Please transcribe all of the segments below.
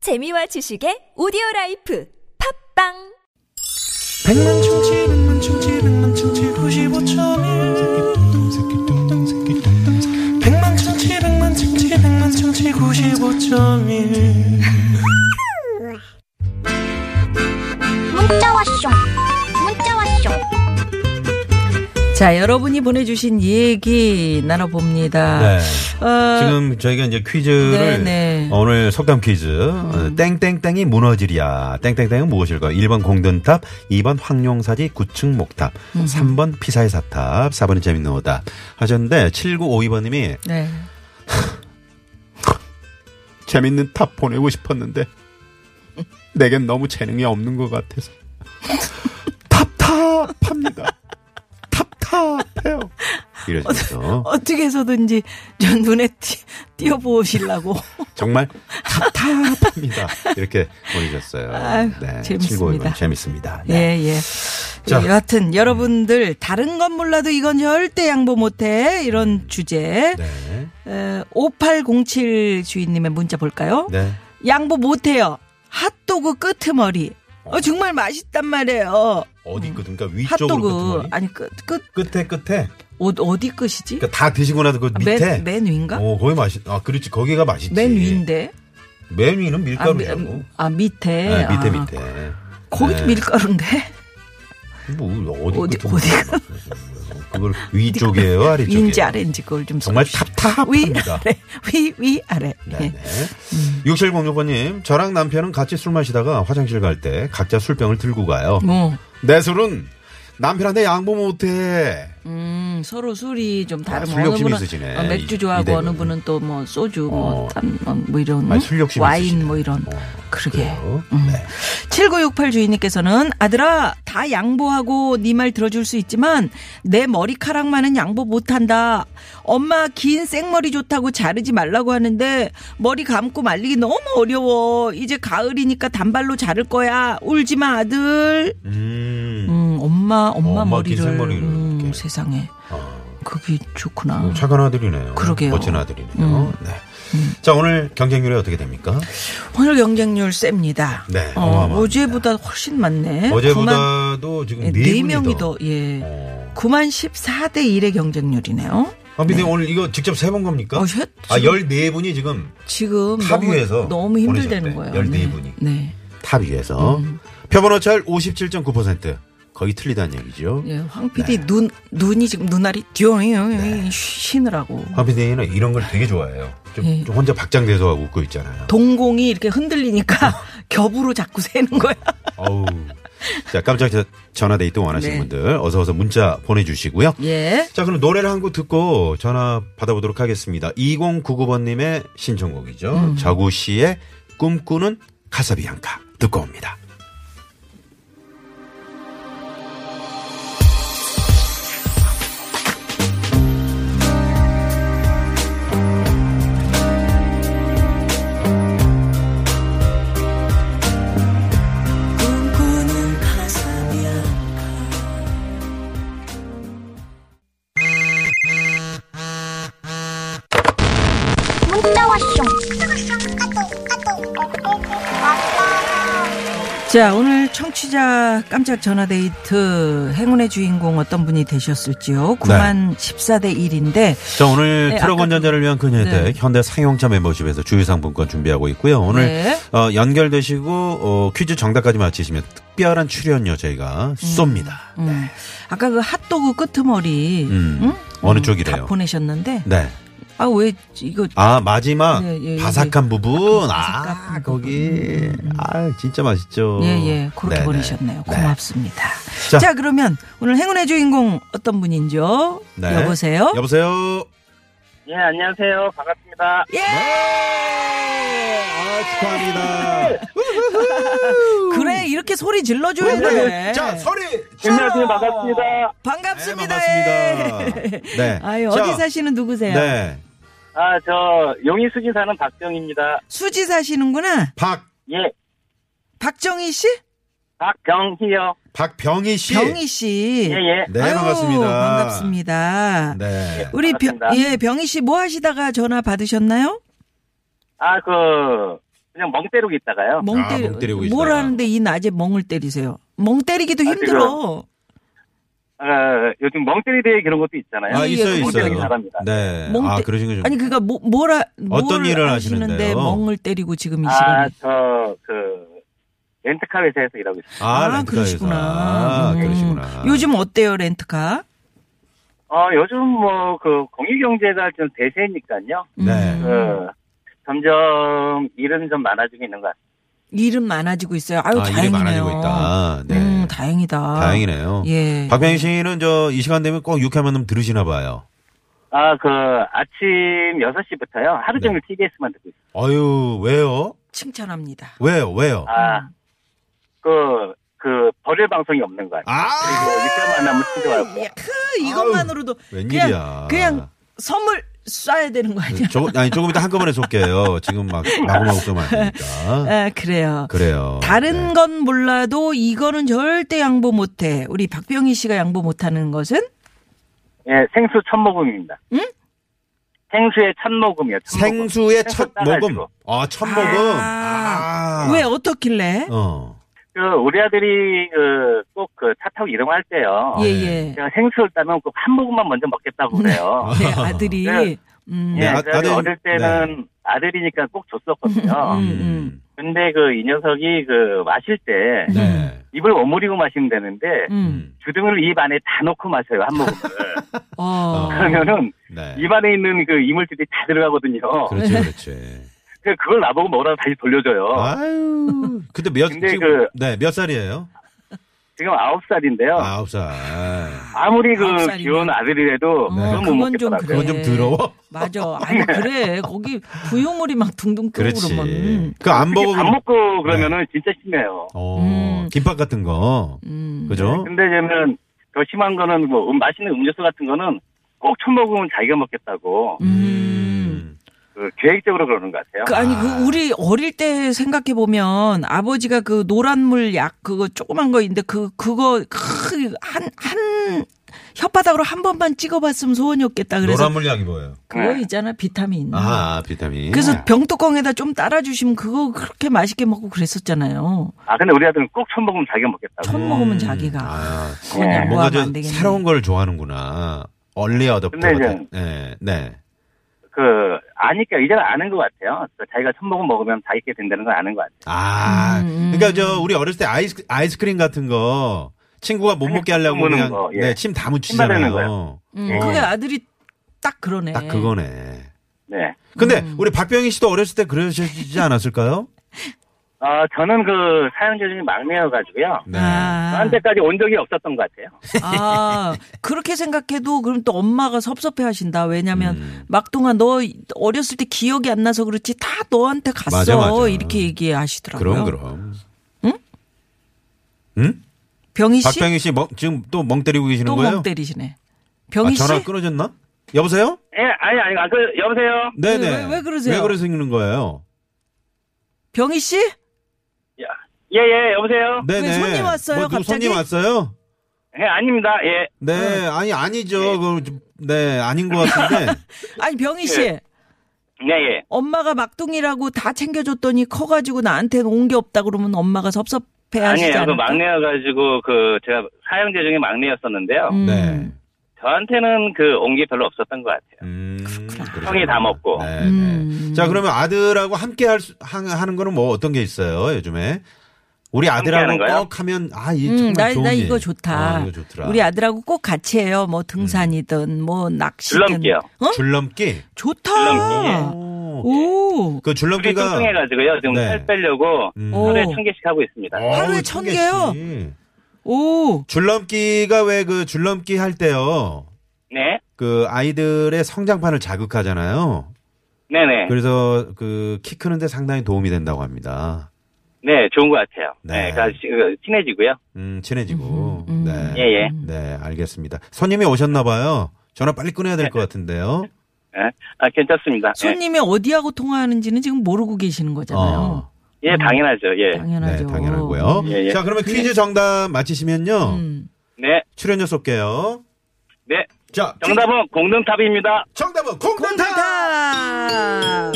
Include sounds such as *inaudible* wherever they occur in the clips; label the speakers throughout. Speaker 1: 재미와 지식의 오디오 라이프 팝빵
Speaker 2: 백만 충치 백만 충치 백만 충치 95.1 백만 충치 백만 충치 백만 충치 95.1
Speaker 3: 문자 왔쇼 문자 왔쇼
Speaker 4: 자, 여러분이 보내주신 얘기 나눠봅니다.
Speaker 5: 네.
Speaker 4: 아. 어,
Speaker 5: 지금 저희가 이제 퀴즈를
Speaker 4: 네네. 음.
Speaker 5: 어, 오늘 속담 퀴즈 어, 땡땡땡이 무너지리야 땡땡땡은 무엇일까요? 1번 공든탑 2번 황룡사지 9층 목탑
Speaker 4: 음.
Speaker 5: 3번 피사의 사탑 4번은 재밌는 오답 하셨는데 7952번님이
Speaker 4: 네.
Speaker 6: 재밌는 탑 보내고 싶었는데 내겐 너무 재능이 없는 것 같아서 답답합니다. 답답해요.
Speaker 5: 이러시면서
Speaker 4: *laughs* 어떻게 해서든지 저 눈에 띄, 띄어보시려고.
Speaker 5: 정말 답답합니다 이렇게 보내셨어요.
Speaker 4: 아유, 재밌습니다.
Speaker 5: 7952번 재밌습니다.
Speaker 4: *laughs* 예,
Speaker 5: 네.
Speaker 4: 예.
Speaker 5: 자.
Speaker 4: 예, 여하튼 여러분들 다른 건 몰라도 이건 절대 양보 못해 이런 주제
Speaker 5: 네.
Speaker 4: 에, 5807 주인님의 문자 볼까요?
Speaker 5: 네.
Speaker 4: 양보 못해요 핫도그 끄트머리 어, 정말 맛있단 말이에요
Speaker 5: 어디 끝 그러니까 위쪽으로
Speaker 4: 음. 핫도그
Speaker 5: 끝머리?
Speaker 4: 아니 끝끝
Speaker 5: 끝에 끝에
Speaker 4: 어디 끝이지?
Speaker 5: 그러니까 다 드시고 나서 그 밑에
Speaker 4: 맨, 맨 위인가?
Speaker 5: 어, 거기 맛있, 아, 그렇지. 거기가 맛있지.
Speaker 4: 맨 위인데
Speaker 5: 맨 위는
Speaker 4: 아,
Speaker 5: 밀가루라고.
Speaker 4: 아, 밑에.
Speaker 5: 네, 밑에,
Speaker 4: 아,
Speaker 5: 밑에.
Speaker 4: 거기도
Speaker 5: 네.
Speaker 4: 밀가루인데.
Speaker 5: 뭐, 어디,
Speaker 4: 어디- 어디-
Speaker 5: 어디, 그걸
Speaker 4: *laughs*
Speaker 5: 위쪽이에요, 아래쪽이에요?
Speaker 4: 위인지 아래인지 그걸 좀
Speaker 5: 정말
Speaker 4: 써주시죠. 위,
Speaker 5: 탑탑합니다.
Speaker 4: 아래. 위, 위, 아래.
Speaker 5: 네네.
Speaker 4: 예.
Speaker 5: 6706번님, 저랑 남편은 같이 술 마시다가 화장실 갈 때 각자 술병을 들고 가요.
Speaker 4: 뭐,
Speaker 6: 내 술은 남편한테 양보 못해.
Speaker 4: 음, 서로 술이 좀 다른
Speaker 5: 아, 술 욕심이 있으시네.
Speaker 4: 어, 맥주
Speaker 5: 이-
Speaker 4: 좋아하고
Speaker 5: 이대로는.
Speaker 4: 어느 분은 또 뭐 소주 뭐,
Speaker 5: 어.
Speaker 4: 땀, 어, 뭐 이런
Speaker 5: 아니, 술 욕심이
Speaker 4: 와인
Speaker 5: 있으시네.
Speaker 4: 뭐 이런
Speaker 5: 어,
Speaker 4: 그러게.
Speaker 5: 그래요?
Speaker 4: 음.
Speaker 5: 네.
Speaker 4: 7968 주인님께서는 아들아 다 양보하고 네 말 들어줄 수 있지만 내 머리카락만은 양보 못한다. 엄마 긴 생머리 좋다고 자르지 말라고 하는데 머리 감고 말리기 너무 어려워. 이제 가을이니까 단발로 자를 거야. 울지 마 아들.
Speaker 5: 음.
Speaker 4: 음 엄마 엄마,
Speaker 5: 엄마 긴
Speaker 4: 머리를
Speaker 5: 생머리를
Speaker 4: 음,
Speaker 5: 이렇게. 음,
Speaker 4: 세상에
Speaker 5: 어,
Speaker 4: 그게 좋구나.
Speaker 5: 착한 아들이네요.
Speaker 4: 그러게요.
Speaker 5: 멋진 아들이네요.
Speaker 4: 음.
Speaker 5: 네. 자, 오늘 경쟁률이 어떻게 됩니까?
Speaker 4: 오늘 경쟁률 셉니다.
Speaker 5: 네,
Speaker 4: 어,
Speaker 5: 어마어마합니다.
Speaker 4: 어제보다 훨씬 많네.
Speaker 5: 어제보다도 지금
Speaker 4: 9만,
Speaker 5: 네 분이
Speaker 4: 예? 4명이
Speaker 5: 더.
Speaker 4: 더 예.
Speaker 5: 어.
Speaker 4: 9만 14대 1의 경쟁률이네요.
Speaker 5: 아, 근데 오늘 이거 직접 세본 겁니까?
Speaker 4: 어, 셋?
Speaker 5: 아, 14분이 지금
Speaker 4: 지금
Speaker 5: 합의해서
Speaker 4: 너무, 너무 힘들다는
Speaker 5: 보내셨대.
Speaker 4: 거예요.
Speaker 5: 14 분이.
Speaker 4: 네.
Speaker 5: 탑 위에서.
Speaker 4: 음.
Speaker 5: 표본 오차율 57.9%. 거의 틀리다는 얘기죠.
Speaker 4: 네. 예, 황 PD 눈 눈이 지금 눈알이 듀엉이요
Speaker 5: 네.
Speaker 4: 쉬느라고
Speaker 5: 황 PD는 이런 걸 되게 좋아해요. 좀,
Speaker 4: 예.
Speaker 5: 좀 혼자 박장대소하고 웃고 있잖아요.
Speaker 4: 동공이 이렇게 흔들리니까 *laughs* 겹으로 자꾸 새는 거야.
Speaker 5: 어우. 자, 깜짝 전화데이트 원하시는
Speaker 4: 네.
Speaker 5: 분들 어서 어서 문자 보내주시고요.
Speaker 4: 예.
Speaker 5: 자, 그럼 노래를 한 곡 듣고 전화 받아보도록 하겠습니다. 2099번님의 신청곡이죠.
Speaker 4: 음.
Speaker 5: 저구 씨의 꿈꾸는 카사비앙카 듣고 옵니다.
Speaker 3: 문자 왔쇼 까똑 까똑
Speaker 4: 자, 오늘 청취자 깜짝 전화데이트 행운의 주인공 어떤 분이 되셨을지요? 9만
Speaker 5: 네.
Speaker 4: 14대 1인데
Speaker 5: 자, 오늘
Speaker 4: 네,
Speaker 5: 트럭
Speaker 4: 아까
Speaker 5: 운전자를 위한 그녀의
Speaker 4: 네.
Speaker 5: 대 현대 상용차 멤버십에서 주유상품권 준비하고 있고요. 오늘
Speaker 4: 네.
Speaker 5: 어, 연결되시고 어, 퀴즈 정답까지 맞히시면 특별한 출연료 저희가 쏩니다.
Speaker 4: 음. 아까 그 핫도그 끄트머리
Speaker 5: 음.
Speaker 4: 응?
Speaker 5: 어느
Speaker 4: 음, 다
Speaker 5: 쪽이래요?
Speaker 4: 보내셨는데
Speaker 5: 네.
Speaker 4: 아 왜 이거
Speaker 5: 아 마지막
Speaker 4: 네, 예,
Speaker 5: 바삭한 부분
Speaker 4: 바삭한
Speaker 5: 아 거기
Speaker 4: 부분.
Speaker 5: 아 진짜 맛있죠.
Speaker 4: 예, 예. 그렇게
Speaker 5: 네네.
Speaker 4: 보내셨네요.
Speaker 5: 네.
Speaker 4: 고맙습니다.
Speaker 5: 자.
Speaker 4: 자. 그러면 오늘 행운의 주인공 어떤 분인지요?
Speaker 5: 네.
Speaker 4: 여보세요?
Speaker 5: 여보세요.
Speaker 7: 예, 안녕하세요. 반갑습니다.
Speaker 4: 예!
Speaker 5: 아
Speaker 4: 예!
Speaker 5: 축하합니다.
Speaker 4: 그래, 이렇게 소리 질러줘야 돼.
Speaker 5: 네, 자 소리.
Speaker 7: 네, 안녕하세요. 반갑습니다.
Speaker 4: 반갑습니다. 예.
Speaker 5: 네, 반갑습니다.
Speaker 4: *laughs*
Speaker 5: 네.
Speaker 4: 아유,
Speaker 5: 자,
Speaker 4: 어디 사시는 누구세요?
Speaker 5: 네.
Speaker 7: 아, 저 용인 수진 사는 박정입니다.
Speaker 4: 수지 사시는구나.
Speaker 5: 박
Speaker 7: 예,
Speaker 4: 박정희 씨?
Speaker 7: 박정희요.
Speaker 5: 박병희 씨.
Speaker 4: 병희 씨.
Speaker 7: 예, 예.
Speaker 5: 네
Speaker 4: 아유,
Speaker 5: 반갑습니다.
Speaker 4: 반갑습니다.
Speaker 5: 네.
Speaker 4: 우리 병,
Speaker 7: 반갑습니다.
Speaker 4: 예, 병희 씨 뭐 하시다가 전화 받으셨나요?
Speaker 7: 아, 그 그냥 멍 때리고 있다가요.
Speaker 4: 멍
Speaker 5: 아,
Speaker 4: 때리,
Speaker 5: 멍 때리고
Speaker 4: 뭘
Speaker 5: 있어요.
Speaker 4: 하는데 이 낮에 멍을 때리세요? 멍 때리기도
Speaker 7: 아,
Speaker 4: 힘들어.
Speaker 7: 아, 요즘 멍 때리대회 그런 것도 있잖아요.
Speaker 5: 아,
Speaker 4: 예,
Speaker 5: 있어요,
Speaker 4: 멍
Speaker 5: 있어요.
Speaker 4: 때리기
Speaker 7: 잘합니다.
Speaker 5: 네.
Speaker 4: 멍
Speaker 5: 아,
Speaker 4: 때-
Speaker 5: 그러신 거죠.
Speaker 4: 아니 그니까 뭐, 뭘 하,
Speaker 5: 어떤
Speaker 4: 뭘
Speaker 5: 일을
Speaker 4: 하시는데
Speaker 5: 하시는데요?
Speaker 4: 멍을 때리고 지금 이 시간에
Speaker 7: 아, 저, 그, 렌트카 회사에서 일하고 있어요.
Speaker 5: 아, 렌트카에서.
Speaker 4: 그러시구나.
Speaker 5: 아,
Speaker 4: 음.
Speaker 5: 그러시구나.
Speaker 4: 요즘 어때요 렌트카?
Speaker 7: 어, 요즘 뭐, 그, 공유경제가 좀 대세니까요.
Speaker 5: 네.
Speaker 4: 음.
Speaker 7: 그, 점점 일은 좀 많아지고 있는 것 같아요.
Speaker 4: 일은 많아지고 있어요. 아유
Speaker 5: 아,
Speaker 4: 다행이네요.
Speaker 5: 일이 많아지고 있다. 네.
Speaker 4: 음, 다행이다.
Speaker 5: 다행이네요.
Speaker 4: 예.
Speaker 5: 박병희 씨는 저 이 시간 되면 꼭 유쾌한 놈 들으시나 봐요.
Speaker 7: 아, 그, 아침 6시부터요. 하루 종일
Speaker 5: 네.
Speaker 7: TBS만 듣고 있어요.
Speaker 5: 아유, 왜요?
Speaker 4: 칭찬합니다.
Speaker 5: 왜요? 왜요?
Speaker 7: 아, 그, 그, 버릴 방송이 없는 것 같아요.
Speaker 5: 아!
Speaker 7: 그리고 육자만 하면 친절하고.
Speaker 4: 야, 크, 이것만으로도
Speaker 5: 웬일이야. 그
Speaker 4: 그냥,
Speaker 5: 아.
Speaker 4: 그냥 선물 쏴야 되는 거 아니야?
Speaker 5: 조, 아니 조금 이따 한꺼번에 쏠게요. 지금 막 마구마구 쏘면 안 되니까.
Speaker 4: *laughs* 아, 그래요.
Speaker 5: 그래요.
Speaker 4: 다른
Speaker 5: 그렇죠. 네.
Speaker 4: 건 몰라도 이거는 절대 양보 못해. 우리 박병희 씨가 양보 못하는 것은
Speaker 7: 예, 생수 첫 모금입니다. 응? 생수의 첫 모금이요. 첫 모금.
Speaker 5: 생수의 첫
Speaker 7: 생수
Speaker 5: 모금.
Speaker 7: 따가지고.
Speaker 5: 아, 첫 모금. 아.
Speaker 4: 왜 어떻길래?
Speaker 5: 어.
Speaker 7: 그 우리 아들이 그 꼭 그 차 타고 이동할 때요.
Speaker 5: 아,
Speaker 4: 예예.
Speaker 7: 제가 생수를 따면 그 한 모금만 먼저 먹겠다고 그래요.
Speaker 5: *laughs*
Speaker 4: 네, 아들이
Speaker 7: 네.
Speaker 4: 음.
Speaker 5: 네,
Speaker 7: 예,
Speaker 5: 아-
Speaker 7: 제가
Speaker 5: 아들-
Speaker 7: 어릴 때는 아들이니까 꼭 줬었거든요.
Speaker 4: 음.
Speaker 5: 음.
Speaker 7: 근데 그 이 녀석이 그 마실 때
Speaker 5: 네.
Speaker 7: 입을 오므리고 마시면 되는데
Speaker 4: 음.
Speaker 5: 음.
Speaker 7: 주둥이를 입 안에 다 넣고 마셔요 한 모금을.
Speaker 4: 어.
Speaker 7: 그러면은
Speaker 5: 네. 그렇죠,
Speaker 7: 입 안에 있는 그 이물질이 다 들어가거든요.
Speaker 5: 그렇지,
Speaker 4: 네.
Speaker 5: 그렇지.
Speaker 7: 그래서 그걸 나보고 먹으라고 다시 돌려줘요.
Speaker 5: 아유. 근데 몇
Speaker 7: 어. 근데
Speaker 5: 지금
Speaker 7: 그- 어.
Speaker 5: 네, 몇 살이에요?
Speaker 7: 지금 아홉 살인데요.
Speaker 5: 아, 아홉
Speaker 4: 네.
Speaker 5: 살.
Speaker 7: 아무리 그
Speaker 4: 아홉 살이면-
Speaker 7: 귀여운 아들이라도
Speaker 5: 네.
Speaker 4: 어,
Speaker 7: 그건 못
Speaker 4: 그건 좀
Speaker 7: 먹겠더라고요.
Speaker 4: 그래.
Speaker 5: 그건 좀 더러워.
Speaker 4: 맞아.
Speaker 7: 네.
Speaker 4: 아니 그래. 거기 부유물이 막 둥둥 끓고
Speaker 5: 그렇지.
Speaker 4: 그러면
Speaker 5: 그 안 먹으면
Speaker 7: 특히 밥 먹고 그러면은
Speaker 5: 네.
Speaker 7: 진짜 심해요.
Speaker 5: 어,
Speaker 4: 음.
Speaker 5: 김밥 같은 거.
Speaker 4: 음.
Speaker 5: 그죠?
Speaker 7: 근데 이제는 더 심한 거는 뭐 음, 맛있는 음료수 같은 거는 꼭 처먹으면 자기가 먹겠다고
Speaker 4: 음.
Speaker 7: 그 계획적으로 그러는 것 같아요.
Speaker 4: 그 아니 그 우리 어릴 때 생각해 보면 아버지가 그 노란물 약 그거 조그만 거인데 그 그거 한한 한 혓바닥으로 한 번만 찍어봤으면 소원이었겠다. 그래서
Speaker 5: 노란 물약이 뭐예요?
Speaker 7: 네.
Speaker 4: 그거 있잖아 비타민.
Speaker 5: 아, 비타민.
Speaker 4: 그래서 병뚜껑에다 좀 따라주시면 그거 그렇게 맛있게 먹고 그랬었잖아요.
Speaker 7: 아 근데 우리 아들은 꼭 처먹으면 자기가 먹겠다고.
Speaker 4: 천 먹으면 자기가
Speaker 5: 아,
Speaker 4: 그건
Speaker 7: 예.
Speaker 5: 뭔가
Speaker 4: 양보하면 안
Speaker 5: 좀
Speaker 4: 되겠네.
Speaker 5: 새로운 걸 좋아하는구나. 얼리 어답터
Speaker 7: 근데 이제-
Speaker 5: 같은. 네, 네.
Speaker 7: 그 아니까 이제는 아는 것 같아요. 그 자기가 처먹으면 먹으면 다 있게 된다는 건 아는 것 같아요.
Speaker 5: 아,
Speaker 4: 음, 음.
Speaker 5: 그러니까 저 우리 어렸을 때 아이스 아이스크림 같은 거 친구가 못
Speaker 7: 아니,
Speaker 5: 먹게 하려고
Speaker 7: 무는
Speaker 5: 그냥
Speaker 7: 네, 거, 예.
Speaker 5: 네, 침 다
Speaker 7: 침바르는
Speaker 5: 묻히잖아요.
Speaker 4: 음,
Speaker 7: 예.
Speaker 4: 그게 아들이 딱 그러네. 음.
Speaker 5: 어. 딱 그거네.
Speaker 7: 네.
Speaker 5: 근데 우리 박병희 씨도 어렸을 때 그러시지 않았을까요?
Speaker 7: 아 저는 그 사연자 중에 막내여가지고요.
Speaker 5: 네.
Speaker 4: 아,
Speaker 7: 저한테까지 온 적이 없었던 것 같아요.
Speaker 4: 아, 그렇게 생각해도 그럼 또 엄마가 섭섭해 하신다. 왜냐면
Speaker 5: 음.
Speaker 4: 막동아 너 어렸을 때 기억이 안 나서 그렇지 다 너한테 갔어.
Speaker 5: 맞아, 맞아.
Speaker 4: 이렇게 얘기하시더라고요.
Speaker 5: 그럼 그럼. 응? 응?
Speaker 4: 병희 씨
Speaker 5: 박병희 씨 멍, 지금 또 멍 때리고 계시는
Speaker 4: 또
Speaker 5: 거예요?
Speaker 4: 멍 때리시네.
Speaker 5: 아,
Speaker 4: 병희
Speaker 5: 전화
Speaker 4: 씨
Speaker 5: 끊어졌나? 여보세요?
Speaker 7: 예, 아니 아니 아, 그 여보세요.
Speaker 5: 네네.
Speaker 4: 왜- 왜 그러세요?
Speaker 5: 왜 그러시는 거예요?
Speaker 4: 병희 씨
Speaker 7: 예예 여보세요.
Speaker 5: 네네.
Speaker 4: 왜 손님 왔어요,
Speaker 5: 뭐, 누구
Speaker 4: 갑자기? 어.
Speaker 5: 손님 왔어요?
Speaker 7: 예 아닙니다. 예.
Speaker 5: 네, 아니 아니죠. 그, 좀- 네, 아닌 것 같은데.
Speaker 4: 아니 병희 씨
Speaker 7: 네 예.
Speaker 4: 엄마가 막둥이라고 다 챙겨줬더니 커가지고 나한테는 온 게 없다 그러면 엄마가 섭섭해 하시지
Speaker 7: 아니에요. 그
Speaker 4: 네, 않을까?
Speaker 7: 막내여가지고 그 제가 사형제 중에 막내였었는데요.
Speaker 4: *laughs* 음.
Speaker 5: 네.
Speaker 7: 저한테는 그 온 게 별로 없었던 것 같아요.
Speaker 5: 음, 그러시구나.
Speaker 7: 형이 다 먹고.
Speaker 5: 네, 네.
Speaker 4: 음.
Speaker 5: 자, 그러면 아들하고 함께 할 수, 하, 하는 거는 뭐 어떤 게 있어요, 요즘에? 우리 아들하고
Speaker 7: 하는 거요?
Speaker 5: 꼭 하면 아, 이 정말
Speaker 4: 음, 나,
Speaker 5: 좋은
Speaker 4: 나
Speaker 5: 일.
Speaker 4: 이거 좋다.
Speaker 5: 아, 이거 좋더라.
Speaker 4: 우리 아들하고 꼭 같이 해요. 뭐 등산이든 뭐 낚시든.
Speaker 7: 줄넘기요.
Speaker 4: 어?
Speaker 5: 줄넘기.
Speaker 7: 줄넘기,
Speaker 4: 좋다.
Speaker 7: 예.
Speaker 5: 오.
Speaker 4: 오.
Speaker 5: 그
Speaker 7: 둘이
Speaker 5: 줄넘기가
Speaker 7: 뚱뚱해가지고요. 지금
Speaker 5: 네.
Speaker 7: 살 빼려고
Speaker 5: 음.
Speaker 7: 하루에
Speaker 4: 오.
Speaker 7: 천 개씩 하고 있습니다.
Speaker 5: 어우,
Speaker 4: 하루에 천
Speaker 5: 개
Speaker 4: 개요?
Speaker 5: 씩.
Speaker 4: 오.
Speaker 5: 줄넘기가 왜 그 줄넘기 할 때요.
Speaker 7: 네,
Speaker 5: 그 아이들의 성장판을 자극하잖아요.
Speaker 7: 네네,
Speaker 5: 그래서 그 키 크는데 상당히 도움이 된다고 합니다.
Speaker 7: 네 좋은 것 같아요.
Speaker 5: 네.
Speaker 7: 네, 그러니까 시- 그 친해지고요.
Speaker 5: 음, 친해지고.
Speaker 4: 음, 음.
Speaker 5: 네.
Speaker 7: 예예.
Speaker 5: 네, 알겠습니다. 손님이 오셨나 봐요. 전화 빨리 끊어야
Speaker 7: 네.
Speaker 5: 될 것
Speaker 4: 네,
Speaker 5: 같은데요.
Speaker 7: 아 괜찮습니다. 예,
Speaker 4: 손님이 어디하고 통화하는지는 지금 모르고 계시는 거잖아요.
Speaker 5: 네. 어.
Speaker 7: 예, 당연하죠. 예,
Speaker 4: 네. 당연하죠.
Speaker 5: 네, 당연하고요.
Speaker 7: 예, 예.
Speaker 5: 자, 그러면 퀴즈 정답 맞히시면요.
Speaker 4: 음.
Speaker 7: 네,
Speaker 5: 출연료 쏠게요.
Speaker 7: 네.
Speaker 5: 자,
Speaker 7: 정답은 공든탑입니다.
Speaker 5: 정답은 공단타!
Speaker 4: 공단탑.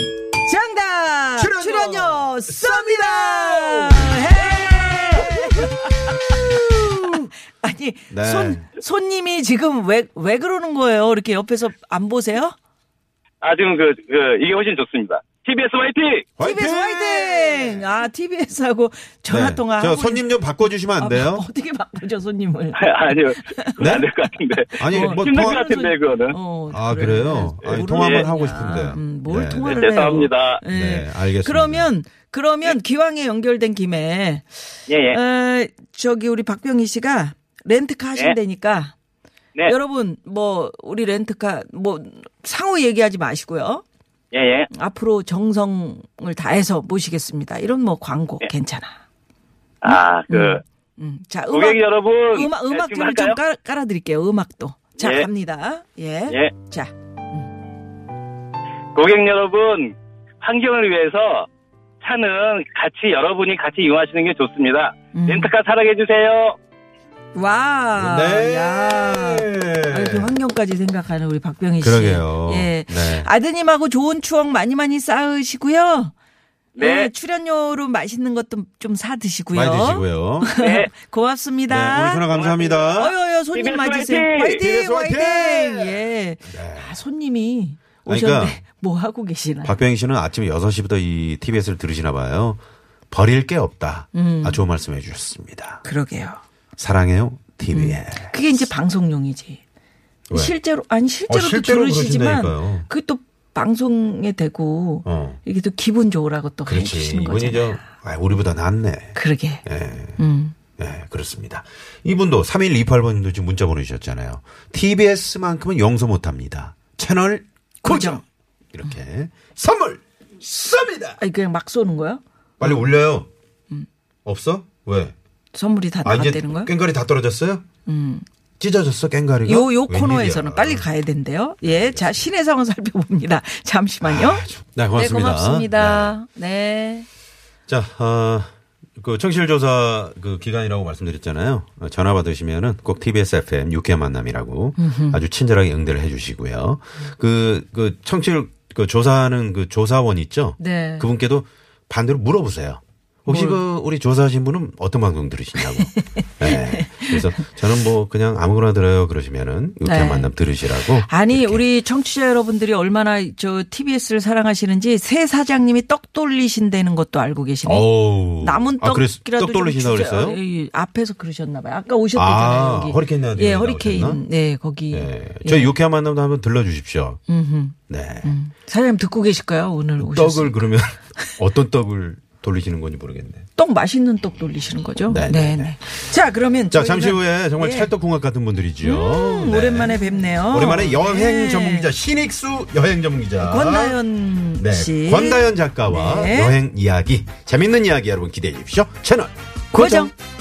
Speaker 4: 정답!
Speaker 5: 출연료!
Speaker 4: 출연료 쏩니다!
Speaker 5: 예!
Speaker 4: 헤이! 아니,
Speaker 5: 네.
Speaker 4: 손, 손님이 지금 왜, 왜 그러는 거예요? 이렇게 옆에서 안 보세요?
Speaker 7: 아, 지금 그, 그, 이게 훨씬 좋습니다. TBS 화이팅! *laughs*
Speaker 4: TBS 화이팅! 아, TBS하고
Speaker 5: 네.
Speaker 4: 전화통화.
Speaker 5: 저 손님 좀 바꿔주시면 안 돼요?
Speaker 4: 어떻게 바꾸죠, 손님을.
Speaker 7: 아니요.
Speaker 5: 네?
Speaker 7: 안 될 것 같은데.
Speaker 5: 아니,
Speaker 4: 어,
Speaker 5: 뭐,
Speaker 7: 힘들
Speaker 5: 통화-
Speaker 7: 것 같은데, 그거는.
Speaker 4: 어,
Speaker 5: 아, 그래요? 아니, 통화 한번
Speaker 7: 예.
Speaker 5: 하고 싶은데.
Speaker 4: 아, 음, 뭘
Speaker 5: 네,
Speaker 4: 통화를
Speaker 7: 네,
Speaker 4: 해요?
Speaker 7: 죄송합니다.
Speaker 4: 예.
Speaker 5: 네, 알겠습니다.
Speaker 4: 그러면 그러면 기왕에 연결된 김에
Speaker 7: 예, 예.
Speaker 4: 어. 에, 저기 우리 박병희 씨가 렌트카 하신다니까
Speaker 7: 네.
Speaker 4: 여러분 뭐 우리 렌트카 뭐 상호 얘기하지 마시고요.
Speaker 7: 예, 예.
Speaker 4: 앞으로 정성을 다해서 모시겠습니다. 이런 뭐 광고
Speaker 7: 네.
Speaker 4: 괜찮아.
Speaker 7: 아, 그,
Speaker 4: 음. 자, 음악
Speaker 7: 고객 여러분.
Speaker 4: 음악
Speaker 7: 네,
Speaker 4: 음악
Speaker 7: 지금
Speaker 4: 좀
Speaker 7: 할까요?
Speaker 4: 깔, 깔아 드릴게요. 음악도. 자,
Speaker 7: 예.
Speaker 4: 갑니다. 예.
Speaker 7: 예.
Speaker 4: 자.
Speaker 7: 고객 여러분, 환경을 위해서 차는 같이 여러분이 같이 이용하시는 게 좋습니다.
Speaker 4: 음.
Speaker 7: 렌트카 사랑해주세요.
Speaker 4: 와.
Speaker 5: 네.
Speaker 4: 아, 야. 아, 이렇게 환경까지 생각하는 우리 박병희 씨.
Speaker 5: 그러게요.
Speaker 4: 예.
Speaker 5: 네.
Speaker 4: 아드님하고 좋은 추억 많이 많이 쌓으시고요.
Speaker 7: 네.
Speaker 4: 예, 출연료로 맛있는 것도 좀 사 드시고요. *laughs*
Speaker 5: 많이 드시고요.
Speaker 7: 네.
Speaker 5: 네, 오늘
Speaker 4: 고맙습니다.
Speaker 5: 전화 감사합니다.
Speaker 4: 어여, 어여, 손님
Speaker 7: TBS
Speaker 4: 맞으세요. 화이팅!
Speaker 5: 화이팅!
Speaker 4: 화이팅! 예.
Speaker 5: 네.
Speaker 4: 아, 손님이
Speaker 5: 아니,
Speaker 4: 오셨는데 *laughs*
Speaker 5: 그러니까
Speaker 4: 뭐 하고 계시나.
Speaker 5: 박병희 씨는 아침 6시부터 이 TBS를 들으시나 봐요. 버릴 게 없다.
Speaker 4: 음.
Speaker 5: 아, 좋은 말씀 해주셨습니다.
Speaker 4: 그러게요.
Speaker 5: 사랑해요, TBS.
Speaker 4: 그게 이제 방송용이지.
Speaker 5: 왜?
Speaker 4: 실제로, 아니, 실제로,
Speaker 5: 어, 실제로 그러신다니까요.
Speaker 4: 들으시지만 그게 또 방송에 대고
Speaker 5: 어.
Speaker 4: 이게 또 기분 좋으라고 또 음.
Speaker 5: 그렇지.
Speaker 4: 네, 해주시는
Speaker 5: 이분이
Speaker 4: 거잖아요.
Speaker 5: 저, 아, 우리보다 낫네.
Speaker 4: 그러게.
Speaker 5: 예.
Speaker 4: 음.
Speaker 5: 예, 그렇습니다. 이분도 3128번님도 지금 문자 보내주셨잖아요. TBS만큼은 용서 못합니다. 채널 고정. 이렇게 선물 쏩니다.
Speaker 4: 아니, 그냥 막 쏘는 거야?
Speaker 5: 빨리 올려요.
Speaker 4: 음.
Speaker 5: 없어? 왜?
Speaker 4: 선물이 다
Speaker 5: 아 이제
Speaker 4: 나갔다는 거야? 음.
Speaker 5: 깽가리 다 떨어졌어요? 찢어졌어 깽가리가.
Speaker 4: 요, 요
Speaker 5: 웬일이야.
Speaker 4: 코너에서는 빨리 가야 된대요. 예. 자, 신의 상황 살펴봅니다. *laughs* 잠시만요.
Speaker 5: 아, 참. 네, 고맙습니다.
Speaker 4: 네, 고맙습니다. 네.
Speaker 5: 자, 어, 그 청실조사 그 기간이라고 말씀드렸잖아요. 어, 전화 받으시면은 꼭 TBS FM 육회 만남이라고 아주 친절하게 응대를 해주시고요. 그, 그 청실 그 조사하는 그 조사원 있죠?
Speaker 4: 네.
Speaker 5: 그분께도 반대로 물어보세요. 혹시 그 우리 조사하신 분은 어떤
Speaker 4: *laughs*
Speaker 5: 방송 들으시냐고. 네. 그래서 저는 뭐 그냥 아무거나 들어요 그러시면은 육회
Speaker 4: 네.
Speaker 5: 만남 들으시라고.
Speaker 4: 아니, 우리 청취자 여러분들이 얼마나 저 TBS를 사랑하시는지 새 사장님이 떡 돌리신다는 것도 알고 계시네요.
Speaker 5: 어우.
Speaker 4: 남은
Speaker 5: 아,
Speaker 4: 떡이라도
Speaker 5: 그래서
Speaker 4: 좀
Speaker 5: 떡 돌리신다고
Speaker 4: 주세요.
Speaker 5: 그랬어요?
Speaker 4: 예, 예. 앞에서 그러셨나 봐요. 아까 오셨대잖아요.
Speaker 5: 아,
Speaker 4: 여기.
Speaker 5: 허리케인 라디오에
Speaker 4: 예, 허리케인.
Speaker 5: 나오셨나?
Speaker 4: 네, 거기.
Speaker 5: 예. 저희 유쾌한 만남도 한번 들러주십시오.
Speaker 4: 음흠.
Speaker 5: 네.
Speaker 4: 사장님 듣고 계실까요? 오늘 오셨어요.
Speaker 5: 떡을 그러면 *laughs* 어떤 떡을 돌리시는 건지 모르겠네.
Speaker 4: 떡 맛있는 떡 돌리시는 거죠?
Speaker 5: 네, 네, 네.
Speaker 4: 자, 그러면
Speaker 5: 자,
Speaker 4: 저희는-
Speaker 5: 잠시 후에 정말
Speaker 4: 예.
Speaker 5: 찰떡궁합 같은 분들이죠.
Speaker 4: 음,
Speaker 5: 네.
Speaker 4: 오랜만에 뵙네요.
Speaker 5: 오랜만에 여행
Speaker 4: 예.
Speaker 5: 전문 기자 신익수 여행 전문 기자
Speaker 4: 권다연
Speaker 5: 네,
Speaker 4: 씨.
Speaker 5: 권다연 작가와
Speaker 4: 네.
Speaker 5: 여행 이야기 재밌는 이야기 여러분 기대해 주십시오. 채널
Speaker 4: 고정.
Speaker 5: 고정.